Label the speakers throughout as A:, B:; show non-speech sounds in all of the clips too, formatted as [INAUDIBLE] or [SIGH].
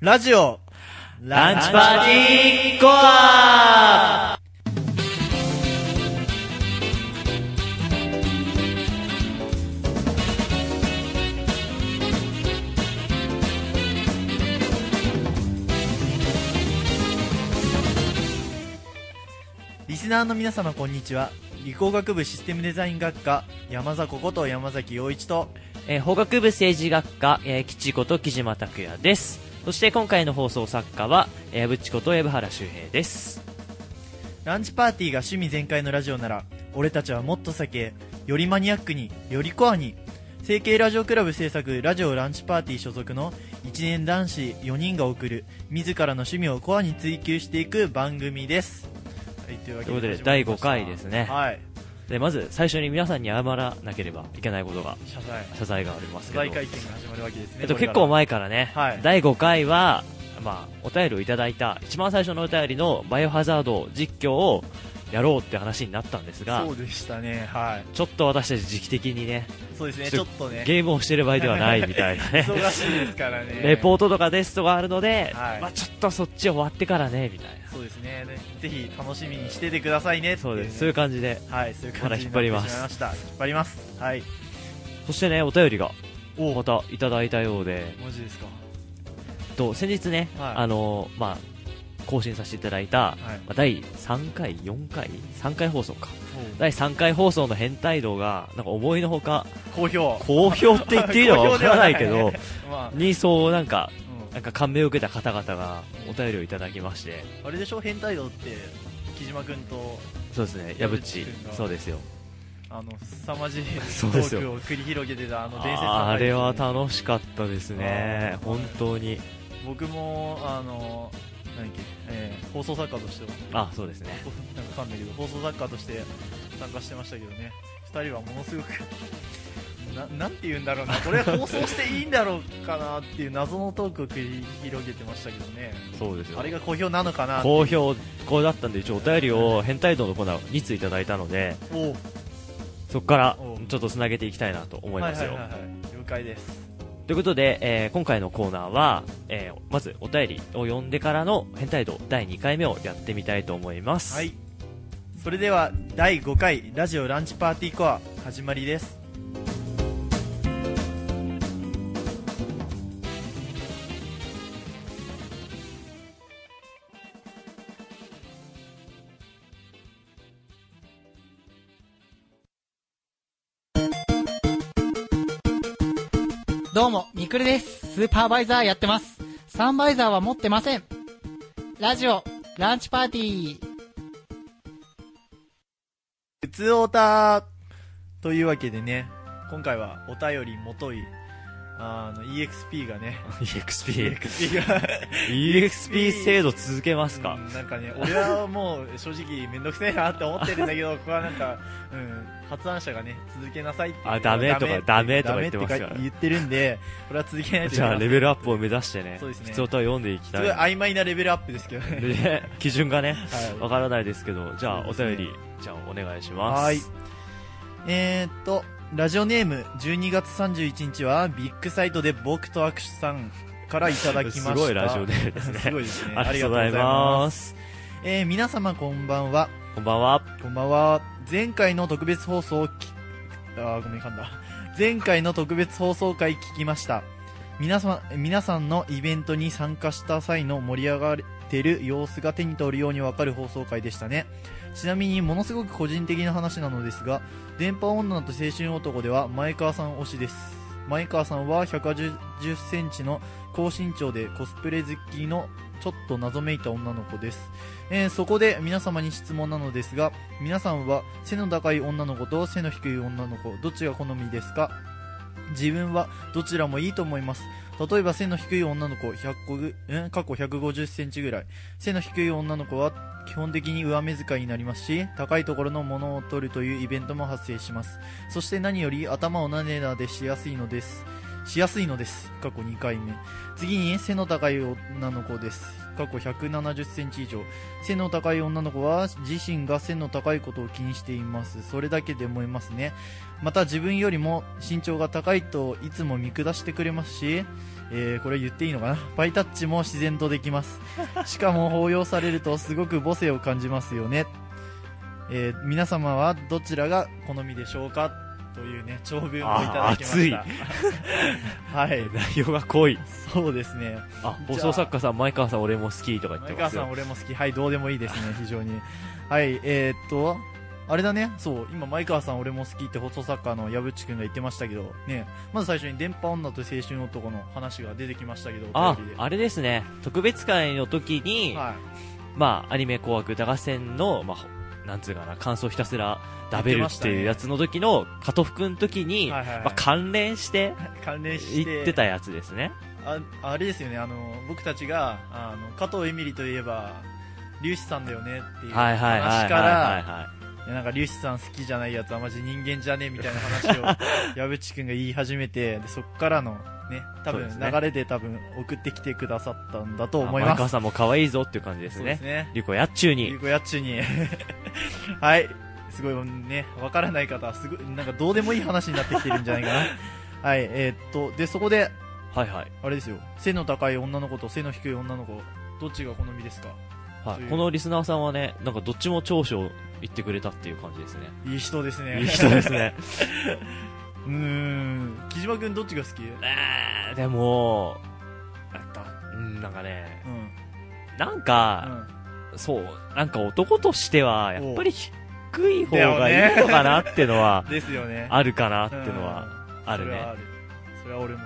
A: ラジオ
B: ランチパーティーコア
A: リスナーの皆様こんにちは理工学部システムデザイン学科山迫こと山崎陽一と
B: えー法学部政治学科、えー、吉子と木島拓也です。そして今回の放送作家は、えー、矢淵こと藪原修平です。
A: ランチパーティーが趣味全開のラジオなら俺たちはもっと避けよりマニアックによりコアに成形ラジオクラブ制作ラジオランチパーティー所属の一年男子4人が送る自らの趣味をコアに追求していく番組ですはいというわけ
B: という
A: 始
B: ことで
A: まりました
B: 第五回ですね
A: はい
B: で、まず最初に皆さんに謝らなければいけないことが、
A: 謝罪
B: 謝罪があります
A: 謝
B: けど。
A: 罪会見が始まるわけですね
B: えっと、
A: これか
B: 結
A: ら
B: 構前からね、
A: はい
B: 第5回は、まあ、お便りをいただいた、一番最初のお便りのバイオハザード実況をやろうって話になったんですが
A: そ、うでしたねはい
B: ちょっと私たち時期的にね、
A: そうですね
B: ち
A: ち
B: ょ
A: ょっとね
B: ゲームをしてる場合ではないみたいな
A: [LAUGHS]
B: ね。
A: 忙しいですからね
B: レポートとかテストがあるので、
A: はい
B: まあちょっとそっち終わってからね、みたいな。
A: そうですねねぜひ楽しみにしててくださいね
B: そうです。
A: って
B: そう
A: い
B: い
A: ね
B: うう感じで。
A: はいそういう
B: ま
A: 感
B: だ
A: じ
B: 引っ
A: にな
B: 張
A: って
B: り
A: しまい
B: ま
A: ますした引っ張りますはい
B: そしてね、お便りが、
A: お
B: またいただいたようで、
A: マジですか
B: と、先日ね、
A: はい
B: あの、まあ更新させていただいた、
A: はい
B: まあ第3回、4回 ?3 回放送か。
A: だい
B: 第3回放送の変態道が、なんか思いのほか、
A: 好評
B: 好評って言っていいのかわからないけ
A: [LAUGHS] 好評
B: ど
A: では、まあ、
B: にそうなんか、
A: う
B: なんか感銘を受けた方々がお便りをいただきまして、
A: ん、あれでしょ変態度って木島君と
B: そうですね、矢
A: 矢
B: 淵
A: 淵君、が
B: そうですよ。
A: あの凄まじいト
B: [LAUGHS] そうです
A: ー
B: よ
A: クを繰り広げてたあの伝説の
B: ああ
A: 回
B: れ
A: ですね
B: は楽しかったですね
A: あ、ー
B: 本当に。
A: 僕もあの何だっけ、えー放送作家としては
B: あ、そうですね。
A: なんかわかんないけど放送作家として参加してましたけどね2人はものすごく [LAUGHS] ななんて言うんだろうなこれ放送していいんだろうかなっていう謎のトークを繰り広げてましたけどね
B: そうですよ
A: あれ。が好評なのかなって
B: 好評、こうだったんで、一応お便りを変態道のコーナー2ついただいたので、
A: おう
B: そこから
A: お
B: ちょっとつなげていきたいなと思いますよ
A: はい。はいはいはい了解です
B: ということで、えー今回のコーナーは、えーまずお便りを読んでからの変態度第2回目をやってみたいと思います。
A: はいそれでは第5回ラジオランチパーティーコア始まりです
C: どうも、みくるです。スーパーバイザーやってます。サンバイザーは持ってません。ラジオ、ランチパーティー。
A: 普通オタというわけでね今回はお便りもといあの EXP がね [LAUGHS]
B: EXP。
A: EXP が
B: EXP 制度続けますか、
A: うんなんかね俺はもう正直めんどくせえなって思ってるんだけど
B: [LAUGHS]
A: ここはなんか、うん、発案者がね続けなさいっていう
B: あダメとかダメとか言ってますから
A: ダメって言ってるんでこれは続けないといけ
B: じ
A: ない
B: ゃあ、レベルアップを目指してね、
A: そうですね
B: 普通と読んでいき
A: す
B: た
A: ごい
B: い。
A: 曖昧なレベルアップですけどね
B: で、基準がね、
A: [LAUGHS] はい
B: わからないですけど、じゃあ、
A: そ
B: お
A: うですね
B: 便り、じゃあ、お願いします。
A: はいえー、っとラジオネーム12月31日はビッグサイトで僕と握手さんからいただきまし
B: [LAUGHS] す
A: た
B: ごいラジオネームです
A: [LAUGHS]
B: ね。
A: すごいですね、
B: ありがとうございますす。
A: えー、皆様こんばんは
B: こんばんは。
A: こんばんは。前回の特別放送をき、あーごめん噛んだ。前回の特別放送回聞きました。皆様、皆さんのイベントに参加した際の盛り上がってる様子が手に取るようにわかる放送回でしたね。ちなみにものすごく個人的な話なのですが、電波女と青春男では前川さん推しです。前川さんは180センチの高身長でコスプレ好きのちょっと謎めいた女の子です。えーそこで皆様に質問なのですが、皆さんは背の高い女の子と背の低い女の子どっちが好みですか自分はどちらもいいと思います例えば背の低い女の子100個ぐ、ん過去150センチぐらい背の低い女の子は基本的に上目遣いになりますし高いところのものを取るというイベントも発生しますそして何より頭をなでなでしやすいのですしやすいのです。過去2回目。次に、背の高い女の子です。過去170センチ以上。背の高い女の子は、自身が背の高いことを気にしています。それだけで思いますね。また、自分よりも身長が高いといつも見下してくれますし、えー、これ言っていいのかなパイタッチも自然とできます。しかも、抱擁されるとすごく母性を感じますよね。えー皆様はどちらが好みでしょうかというね、長文をいただきました。
B: あ
A: はい。
B: 内容が濃い。
A: そうですね。
B: あ、放送作家さん、前川さん、俺も好きとか言っ
A: 前
B: てま
A: 川
B: す
A: さ
B: よ
A: ん、。俺も好き。はい、どうでもいいです
B: [LAUGHS]
A: ね、非常に。はい、えーっと、あれだね、そう、今、前川さん、俺も好きって放送作家の矢渕くんが言ってましたけど、ね、まず最初に電波女と青春男の話が出てきましたけど、お
B: あ
A: 便り、で
B: あれですね。特別会の時に、
A: はい、
B: まあ、アニメ紅白歌合戦の、まあ、なんつうかな、感想ひたすら食べるっていうやつの時の、加藤福の時に、
A: はいはいはい
B: まあ、関連して
A: 関連して、
B: 言ってたやつですね。
A: ああれですよね、あの、僕たちが、あの、加藤恵美里といえば、粒子さんだよねっていう
B: はいはいはいは
A: 話
B: い
A: か
B: はい
A: ら、
B: はい
A: やなんか粒子さん好きじゃないやつはマジ人間じゃねえみたいな話
B: [LAUGHS]
A: を矢渕くんが言い始めて、でそっからのね、多
B: そう
A: 分
B: ですね
A: 流れで多分送ってきてくださったんだと
B: い。
A: 思い
B: 前
A: ます。
B: 川さんも可愛いぞっていう感じです
A: そうで
B: ね
A: す。ね。
B: リュコやっちゅう
A: ゆ
B: に
A: う。こやっちゅに。 [LAUGHS] はい。すごいね、わからない方はすごい、なんかどうでもいい話になってきてるんじゃないか
B: [LAUGHS]
A: な。はい、えーっと、で、そこで、
B: はいはい。
A: あれですよ、背の高い女の子と背の低い女の子、どっちが好みですか
B: は
A: とい
B: い、
A: う
B: このリスナーさんはね、なんかどっちも長所言ってくれたっていう感じですね。
A: いい人ですね。。
B: いい人です
A: [LAUGHS]
B: すね。
A: うーん。木島くんどっちが好きう
B: えーでも、なんか、うん、なんかね、
A: ん。
B: なんか、そう、なんか男としては、やっぱり低い方がいいのかなってのは
A: うん。、ですよね。
B: あるかなってのは、
A: うん、
B: ある
A: それは
B: ね
A: あ。る。それは俺も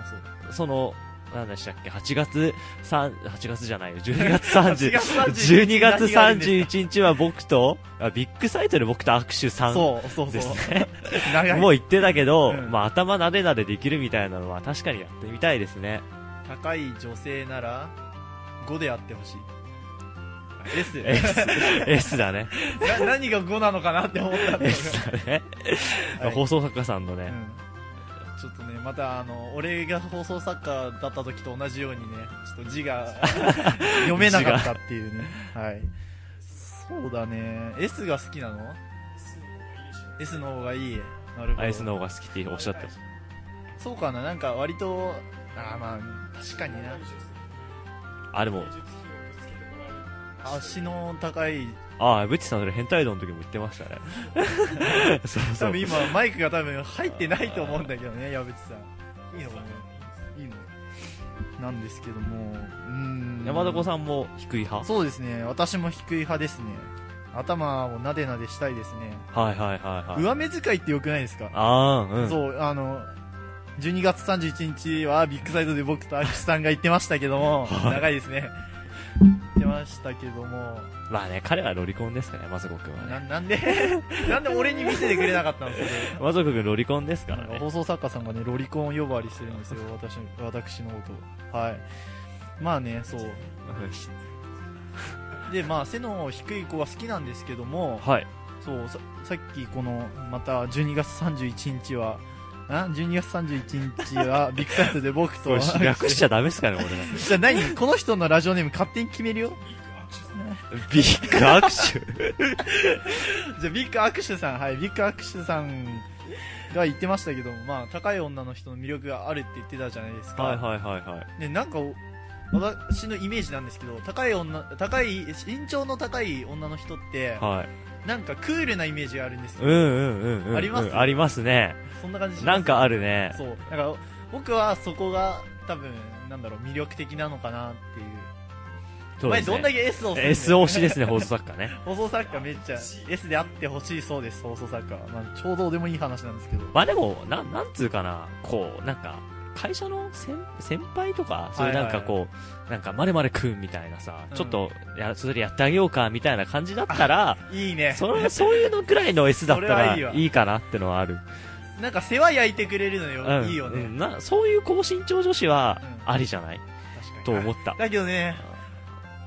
A: そう。
B: その、なんでしたっけ、8月3、8月じゃな
A: [LAUGHS]
B: いよ、12月
A: 8
B: 30
A: 月31
B: 12月
A: 何がいいんです
B: 31日は僕と、あビッグサイトで僕と握手3
A: そう、そう
B: で
A: そう。
B: すね。
A: 長い。
B: もう言ってたけど、
A: うん
B: まあ頭なでなでできるみたいなのは確かにやってみたいで
A: [LAUGHS]
B: すね。
A: 高い女性なら、5であってほしい。です。
B: S、S だね。
A: な何が5なのかなって思ったんだけ
B: S だね。
A: ど。はい
B: 放送作家さんの
A: う
B: ね、
A: んちょっとね、またあの、俺が放送作家だった時と同じようにね、ちょっと字
B: [LAUGHS]
A: が読めなかったっていうね。はい。そうだね。S が好きなの ?S の方がいい。なるほ
B: ア
A: ど。
B: イスの方が好きっておっしゃった。
A: そうかな、なんか割と、あーまあ、確かにな。
B: あ、でも、
A: 足の高い、
B: ああ、ブッチさんそれ変態道の時も言ってました
A: [LAUGHS]
B: ね。そうそ
A: 多
B: う
A: 分。今マイクが多分入ってないと思うんだけどね、矢渕さん。いいのかないいのなんですけども、うーん。
B: 山田子さんも低い派
A: そうですね、私も低い派ですね。頭をなでなでしたいですね。
B: はいはいはいはい。
A: 上目遣いって良くないですか、
B: ああ、うん。
A: そう、あの、12月31日はビッグサイトで僕とアキさんが言ってましたけども、長いですね。言ってましたけども、
B: まあね、彼はロリコンですからね、まさこくん
A: な
B: は
A: [LAUGHS]
B: ね。
A: なんで、なんで俺に見せてくれなかったんですかそれ
B: まさこくんロリコンですから
A: なんか
B: ね。
A: 放送作家さんがね、ロリコン呼ばわりしてるんですよ、私の [LAUGHS] 私のこと。はい。まあね、そう。で、まあ、背の低い子は好きなんですけども、
B: はい。
A: そうささっきこのまた12月31日はん12月31日 [LAUGHS] はビッグサイトで僕
B: ことれ略しちゃダメですか
A: [LAUGHS]
B: ね、これ。
A: じゃあ何この人のラジオネーム勝手に決めるよ
B: ビッグ握手
A: じゃあビッグ握手さんはいビッグ握手さんが言ってましたけどまあ高い女の人の魅力があるって言ってたじゃないですか
B: はいはいはいはい。
A: ねなんかお私のイメージなんですけど高い女高い身長の高い女の人って、
B: はい。
A: なんかクールなイメージがあるんですよ、
B: うんうんうんうんうん。
A: あります
B: ありますね。
A: そんな感じします
B: なんかあるね。
A: そう。だから、僕はそこが、多分、なんだろう、魅力的なのかなっていう。
B: そう
A: 前
B: です
A: どん
B: ね
A: だけ S を押
B: S 推しですね、放送作家ね。
A: 放送作家めっちゃ S であってほしいそうです、放送作家は。まあ、ちょうどでもいい話なんですけど。
B: まあでも、なん、なんつうかな、こう、なんか、会社の先先輩とか、そういう
A: はい
B: な
A: はい
B: んかこう、なんか、まるまるくんみたいなさ、
A: うん
B: ちょっと、や、それやってあげようか、みたいな感じだったら、
A: いいね。
B: それ、そういうのくらいの S だっ
A: そ
B: た
A: れ
B: ら、
A: はいいわ
B: いいかなってのはある。
A: なんか世話焼いてくれるのよ。
B: うん
A: いいよね。
B: うんな、そういう高身長女子は、
A: うん
B: ありじゃない
A: 確かに。
B: と思った。
A: だけどね、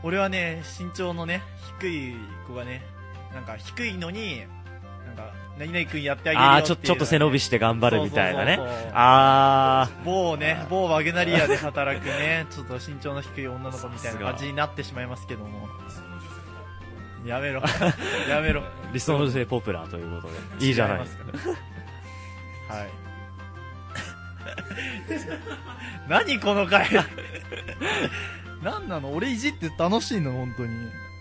A: 俺はね、身長のね、低い子がね、なんか低いのに、なんか、何々君やってあげるよ
B: ああ、
A: って
B: ち
A: い
B: ょ、
A: う
B: ちょっと背伸びして頑張るみたいなね
A: そうそうそうそう。
B: あ
A: 某ね、某ワグナリア
B: [LAUGHS]
A: で働くね、ちょっと身長の低い女の子みたいな感じになってしまいますけど
B: [LAUGHS]
A: も。やめろ。やめろ。
B: あ、理想の女性ポプラということで。いいじゃな
A: [LAUGHS]
B: い
A: 違
B: で [LAUGHS]
A: ますす
B: か。
A: か。はい。何この回 [LAUGHS] 何なの俺いじって楽しいの本当に。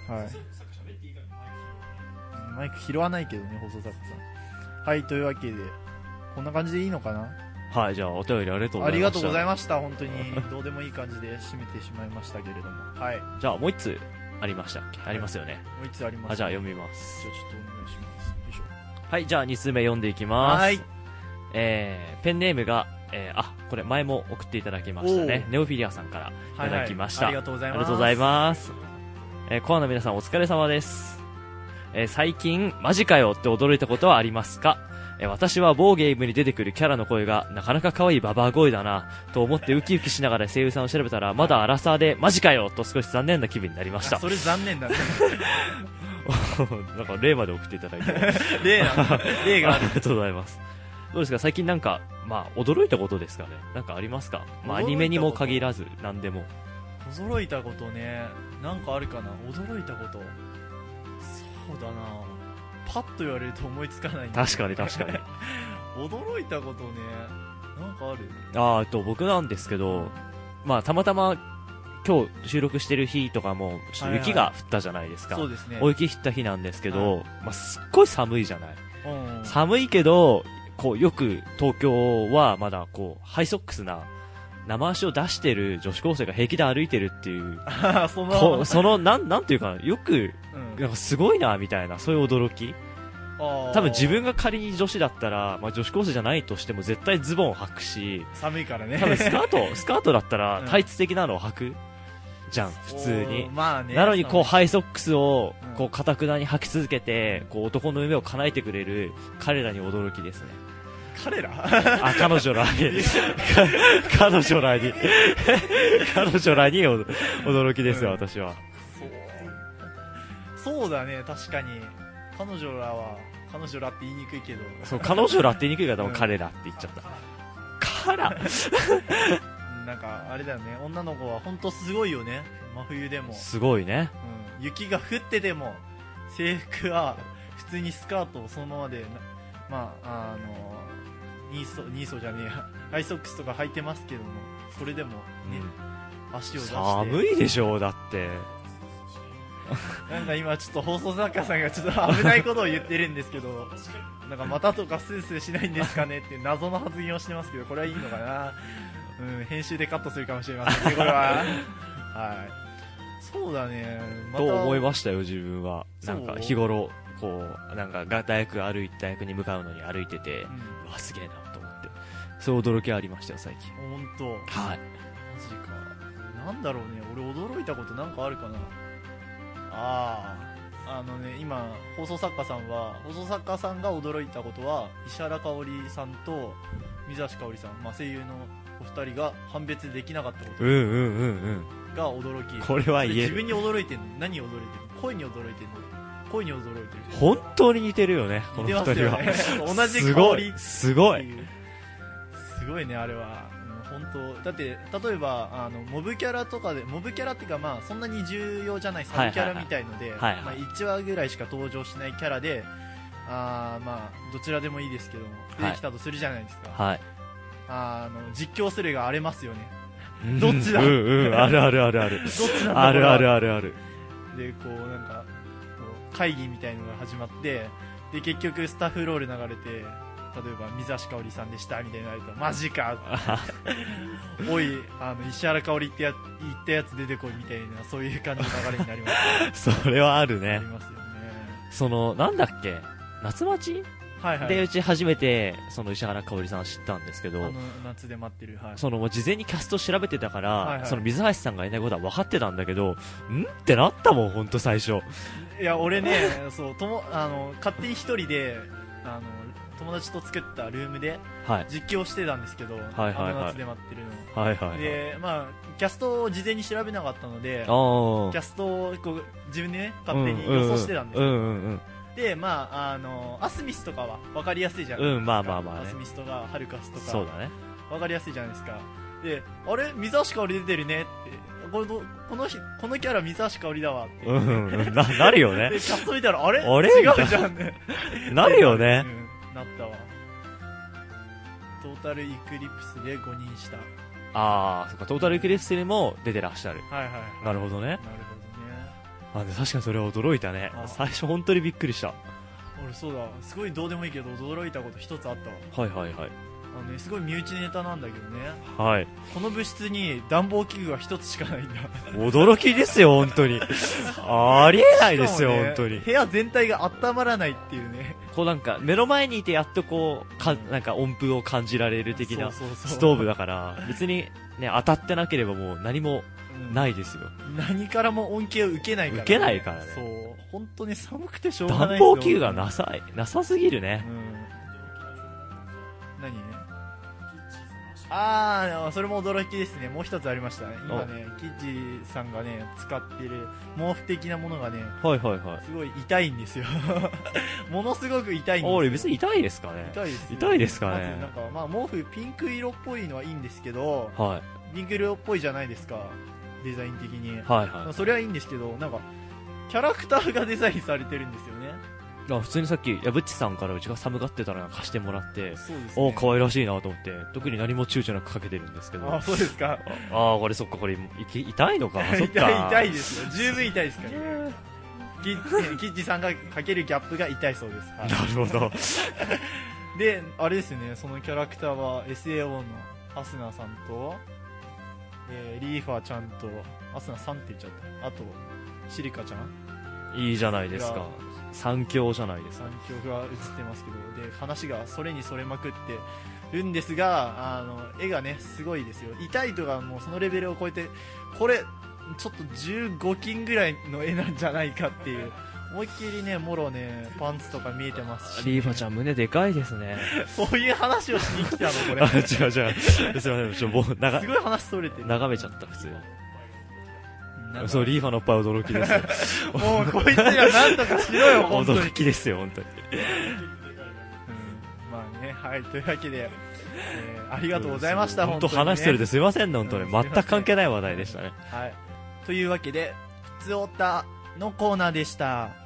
A: はい。マイク拾わないけどね、放送作家さん。はい、というわけで、こんな感じでいいのかな
B: はい、じゃあお便りありがとうございました。
A: ありがとうございました、本当に。どうでもいい感じで締めてしまいましたけれども。はい。も
B: じゃあもう一つありましたっけありますよね。
A: う一つあります。
B: あ、じゃあ
A: じゃ
B: 読みます。
A: あちょっとお願いします。よいしょ。
B: はい、じゃあ2通目読んでいきます。
A: はい。
B: えー、ペンネームが、えー、あ、これ前も送っていただきましたね
A: お。ー
B: ネオフィリアさんからいただきました。
A: はいはいありがとうございます
B: ありがとうございます。えー、コアの皆さんお疲れ様です。えー、最近、マジかよって驚いたことはありますかえー私は某ゲームに出てくるキャラの声がなかなか可愛いババア声だなと思ってウキウキしながら声優さんを調べたらまだアラサーでマジかよと少し残念な気分になりまし
A: あ
B: た。
A: それ残念だ
B: [LAUGHS]
A: ね。
B: なんか例まで送っていただいて。
A: 例なんだ。例があ
B: あ
A: る
B: り。がとうございます。どうですか最近なんか、まあ、驚いたことですかねなんかありますかまあ、アニメにも限らず、何でも。
A: 驚いたことねなんかあるかな驚いたことそうだなパッと言われると思いつかないんだ
B: 確かに確か [LAUGHS] に。
A: 驚いたことねなんかある
B: あーえっと、僕なんですけど、まあ、たまたま、今日収録してる日とかも、ちょっと雪が降ったじゃないですか。
A: そうですね
B: 大雪降った日なんですけど、まあ、すっごい寒いじゃない。
A: うんうん
B: 寒いけど、こう、よく東京はまだ、こう、ハイソックスな、生足を出してる女子高生が平気で歩いてるって [LAUGHS] いう、
A: あー [LAUGHS] その
B: こうその、なん、なんていうかな、よく、
A: うん
B: なんかすごいな、みたいな、そういう驚き。
A: あー
B: 多分自分が仮に女子だったら、まあ女子高生じゃないとしても絶対ズボンを履くし、
A: 寒いからね
B: 多
A: [LAUGHS]
B: 分スカート、スカートだったら
A: うん
B: タイツ的なのを履くじゃん、普通
A: おー
B: に。
A: まあね
B: なのにこう
A: そ
B: ハイソックスを
A: うん、
B: こう、かたくなに履き続けて、こう男の夢を叶えてくれる彼らに驚
A: [LAUGHS]
B: きですね。
A: 彼ら [LAUGHS]
B: あ、彼女らに、か彼女らに、彼女らにお驚きですよ、
A: うん
B: 私は。
A: そうそうだね確かに彼女らは彼女らって言いにくいけど
B: そう、彼女らって言いにくいから多分
A: うん
B: 彼らって言っちゃった。から
A: なんかあれだよね女の子は本当すごいよね真冬でも
B: すごいね。
A: うん雪が降ってでも制服は普通にスカートをそのままでなまああのニーソニーソじゃねえや [LAUGHS] ハイソックスとか履いてますけどもそれでもね、足を出して
B: 寒いでしょう、だって。
A: なんか今ちょっと放送作家さんがちょっと危ないことを言ってるんですけどなんかまたとかスースーしないんですかね
B: [LAUGHS]
A: って謎の発言をしてますけどこれはいいのかな、うん、編集でカットするかもしれませんねこれ
B: [LAUGHS]
A: ははいそうだねまた
B: と思いましたよ、自分は。
A: そ
B: な
A: うん
B: か、日頃、こう、なんか、が大学歩いて、大学に向かうのに歩いてて、
A: う
B: うわ、すげえな、と思って。そういう驚きはありましたよ、最近。
A: ん本当
B: はい。
A: マジか。なんだろうね、俺驚いたことなんかあるかな。ああ、あのね、今、放送作家さんは、放送作家さんが驚いたことは、石原香織さんと水橋香織さん、まあ、声優のお二人が判別できなかったこ
B: うんうんうん
A: とが驚き
B: うん。。これは言え
A: 自
B: る。
A: 分に驚いてんの何に驚いてんの声に驚いてんの声に驚いてる。
B: 本当に似てるよね、こ
A: 似
B: の
A: て
B: 二
A: ます
B: 人
A: よ
B: は。
A: ね。
B: [LAUGHS]
A: 同じ
B: す
A: 香
B: ご
A: り
B: い、すご
A: っ
B: い。
A: ていうすごいねあれは、うん本当だって例えばあのモブキャラとかでモブキャラっていうかまあそんなに重要じゃないサブキャラみたいので、
B: はいはい
A: ま
B: は
A: あ、
B: い
A: 1話ぐらいしか登場しないキャラであーまあどちらでもいいですけども
B: い
A: 出てきたとするじゃないですか、
B: はい。
A: あの実況するが荒れます
B: [LAUGHS]
A: よね [LAUGHS]
B: ど
A: どっちだ
B: うんうん、あるあるあるある
A: ど。っち [LAUGHS] なんだ
B: あるある
A: あ
B: あるある。
A: るでこうなんかこう会議みたいのが始まってで結局スタッフロール流れて例えば水橋かおりさんでしたみたいになるとマジ
B: [LAUGHS]
A: かおいあの石原香織ってや言ったやつ出てこいみたいなそういう感じの流れになりますよね
B: それはある
A: な
B: ね
A: り。ますよね
B: [LAUGHS] その、なんだっけ夏待ち
A: はいはい
B: で、うち初めて、その石原かおりさん知ったんですけ
A: あ
B: ど
A: の、夏で待ってるはい
B: そのもう事前にキャスト調べてたから、
A: はいはい
B: その水橋さんがいないことは分かってたんだけど、んってなったもん、ほんと最初。
A: いや俺ねそうともあの勝手に一人であの友達と作ったルームで
B: はい。
A: 実況してたんですけど、
B: はいはい
A: あの夏で待ってるの、
B: はいはい、はい。
A: でまあキャストを事前に調べなかったので
B: ああ。
A: キャストをこう自分でね勝手に予想してたんですよ、
B: うんうんうんうんうん。
A: でまああのアスミスとかは分かりやすいじゃないですか、
B: うんまあまあまあね
A: アスミスとかハルカスと
B: そう
A: か
B: だね。
A: 分かりやすいじゃないですかであれ水橋かおり出てるねってこのこの日このキャラ水橋かおりだわって、
B: うんうん、な、 [LAUGHS] なるよ
A: で [LAUGHS]
B: ね。
A: キャスト見たらあれ
B: あれ
A: 違うじゃんね
B: なるよね。
A: うん、なったわトータルイクリプスで5人した
B: ああ、そっか、トータルエクリプスにも出てらっしゃる。
A: はいはいはい
B: なるほどね。
A: なるほどね
B: あ、で確かにそれは驚いたね
A: あ。
B: 最初本当にびっくりした。は
A: 俺そうだすごいどうでもいいけど驚いたこと一つあったわ
B: いはいはい。
A: あのねすごい身内ネタなんだけどね
B: はい。
A: この物質に暖房器具が一つしかないんだ
B: 驚きですよ、本当
A: [LAUGHS]
B: に。ありえないですよ、
A: しかもね
B: 本当に。
A: 部屋全体が温まらないっていうね
B: こうなんか、目の前にいてやっとこう、か、なんか音符を感じられる的な
A: そうそうそう
B: ストーブだから、別にね、当たってなければもう何も
A: うん
B: ないですよ。
A: 何からも恩恵を受けないから、
B: 受けないからね
A: そう本当に寒くてしょうがないんで
B: 暖
A: すよ
B: 房器具がなさい、なさすぎる
A: う
B: ね。
A: ん何ああそれも驚きですねもう一つありました今ねキッチさんがね使ってる毛布的なものがね
B: はいはいはい。
A: すごい痛いんですよ [LAUGHS] ものすごく痛いんですよ
B: 俺別に痛いですかね。
A: 痛いです、ね、
B: 痛いですかね
A: まずなんか、まあ、毛布ピンク色っぽいのはいいんですけど
B: は
A: ピンク色っぽいじゃないですかデザイン的に、
B: い。はい
A: ま
B: は
A: あ、それはいいんですけどなんかキャラクターがデザインされてるんですよね
B: い。あ普通にさっき、やぶっちさんからうちが寒がってたら貸してもらって、
A: そうです
B: おお、可愛らしいなと思って、特に何も躊躇なくかけてるんですけど。
A: あそうですか。
B: ああ、これそっか、これ、いき痛いのか
A: [LAUGHS]
B: そ
A: 痛
B: っ
A: い
B: か。
A: 痛いですよ十分痛いですからねキッキッチさんがかけるギャップが痛いそうです、は
B: なるほど。
A: い、であれですねそのキャラクターは SAO のアスナさんと、えーリーファーちゃんとアスナさんって言っちゃったあとシリカちゃん
B: いいじゃないですか。三強じゃないですか。
A: 三曲が映ってますけどで話がそれにそれまくってるんですがあの絵がねすごいですよ痛いとかもうそのレベルを超えてこれちょっと15金ぐらいの絵なんじゃないかっていう思いっきりねもろねパンツとか見えてますし
B: リーファちゃん胸でかいですね。
A: そういう話をしに来たのこ
B: あ、
A: れ
B: [LAUGHS]
A: す
B: 違う違う。すいません、ちょ、もう、なが、
A: ごい話それてる
B: 眺めちゃった、普通に。
A: なんか
B: そう、リーファのおっぱい驚きですよ。
A: もうこいつらなんとかしろよ [LAUGHS] 本当に、うん
B: 驚きですよ、本当に。
A: まあねはいというわけで、えーありがとうございました
B: 本当
A: 本当にね
B: 話してるですいませんね、本当
A: う
B: に。
A: ん
B: 全く関係ない話題でしたね。
A: はい。というわけで、ふつおたのコーナーでした。